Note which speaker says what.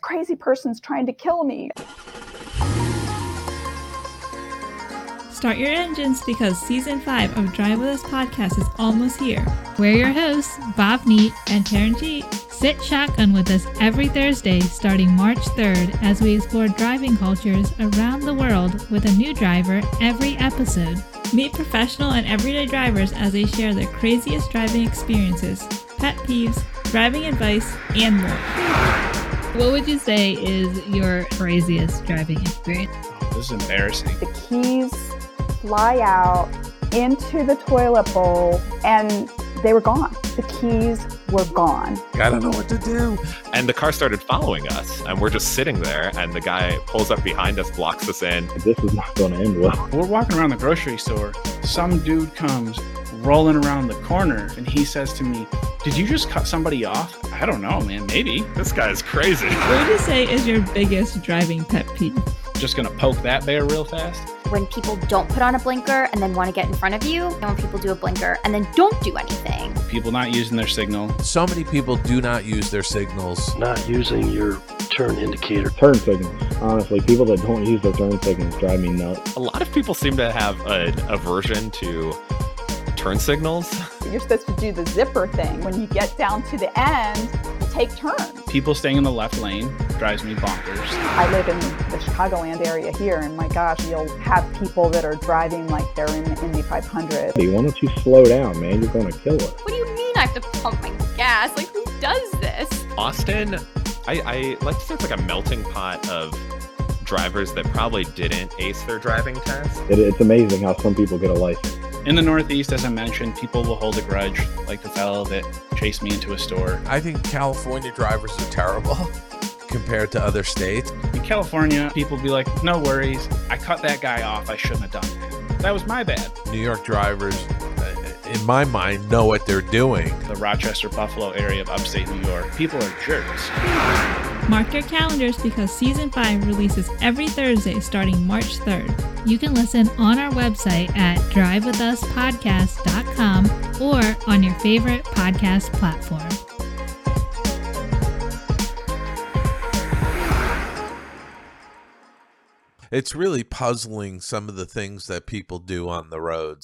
Speaker 1: crazy person's trying to kill me.
Speaker 2: Start your engines because season five of Drive With Us podcast is almost here.
Speaker 3: We're your hosts, Bob Neat
Speaker 2: And Taryn G.
Speaker 3: Sit shotgun with us every Thursday starting March 3rd as we explore driving cultures around the world with a new driver every episode.
Speaker 2: Meet professional and everyday drivers as they share their craziest driving experiences, pet peeves, driving advice, and more.
Speaker 3: What would you say is your craziest driving experience?
Speaker 4: Oh,
Speaker 5: This is embarrassing.
Speaker 1: The keys fly out into the toilet bowl and they were gone. The keys were gone.
Speaker 5: I don't know what to do. And the car started following us, and we're just sitting there. And the guy pulls up behind us, blocks us in.
Speaker 6: this is not going to end well.
Speaker 4: We're walking around the grocery store. Some dude comes rolling around the corner and he says to me, Did you just cut somebody off? I don't know, man. Maybe.
Speaker 5: This guy is crazy.
Speaker 2: What would you say is your biggest driving pet peeve?
Speaker 4: Just gonna poke that bear real fast.
Speaker 7: when people don't put on a blinker and then want to get in front of you, and when people do a blinker and then don't do anything.
Speaker 4: People not using their signal.
Speaker 8: So many people do not use their signals.
Speaker 9: not using your turn indicator.
Speaker 6: Turn signals. Honestly, people that don't use their turn signals drive me nuts.
Speaker 5: A lot of people seem to have an aversion to turn signals.
Speaker 1: You're supposed to do the zipper thing. When you get down to the end, you take turns.
Speaker 4: People staying in the left lane drives me bonkers.
Speaker 1: I live in the Chicagoland area here, and my gosh, you'll have people that are driving like they're in the Indy 500.
Speaker 6: Hey, why don't you slow down, man? You're going to kill us.
Speaker 7: What do you mean I have to pump my gas? Like, who does this?
Speaker 5: Austin, I, I like to say it's like a melting pot of drivers that probably didn't ace their driving test.
Speaker 6: It, it's amazing how some people get a license.
Speaker 4: In the Northeast, as I mentioned, people will hold a grudge, like the fellow that chased me into a store.
Speaker 8: I think California drivers are terrible compared to other states.
Speaker 4: In California, people be like, No worries. I cut that guy off. I shouldn't have done that. That was my bad.
Speaker 8: New York drivers, uh, in my mind, know what they're doing.
Speaker 4: The Rochester, Buffalo area of upstate New York. People are jerks.
Speaker 2: Mark your calendars because season five releases every Thursday starting March 3rd.
Speaker 3: You can listen on our website at drivewithuspodcast.com or on your favorite podcast platform.
Speaker 8: It's really puzzling some of the things that people do on the roads.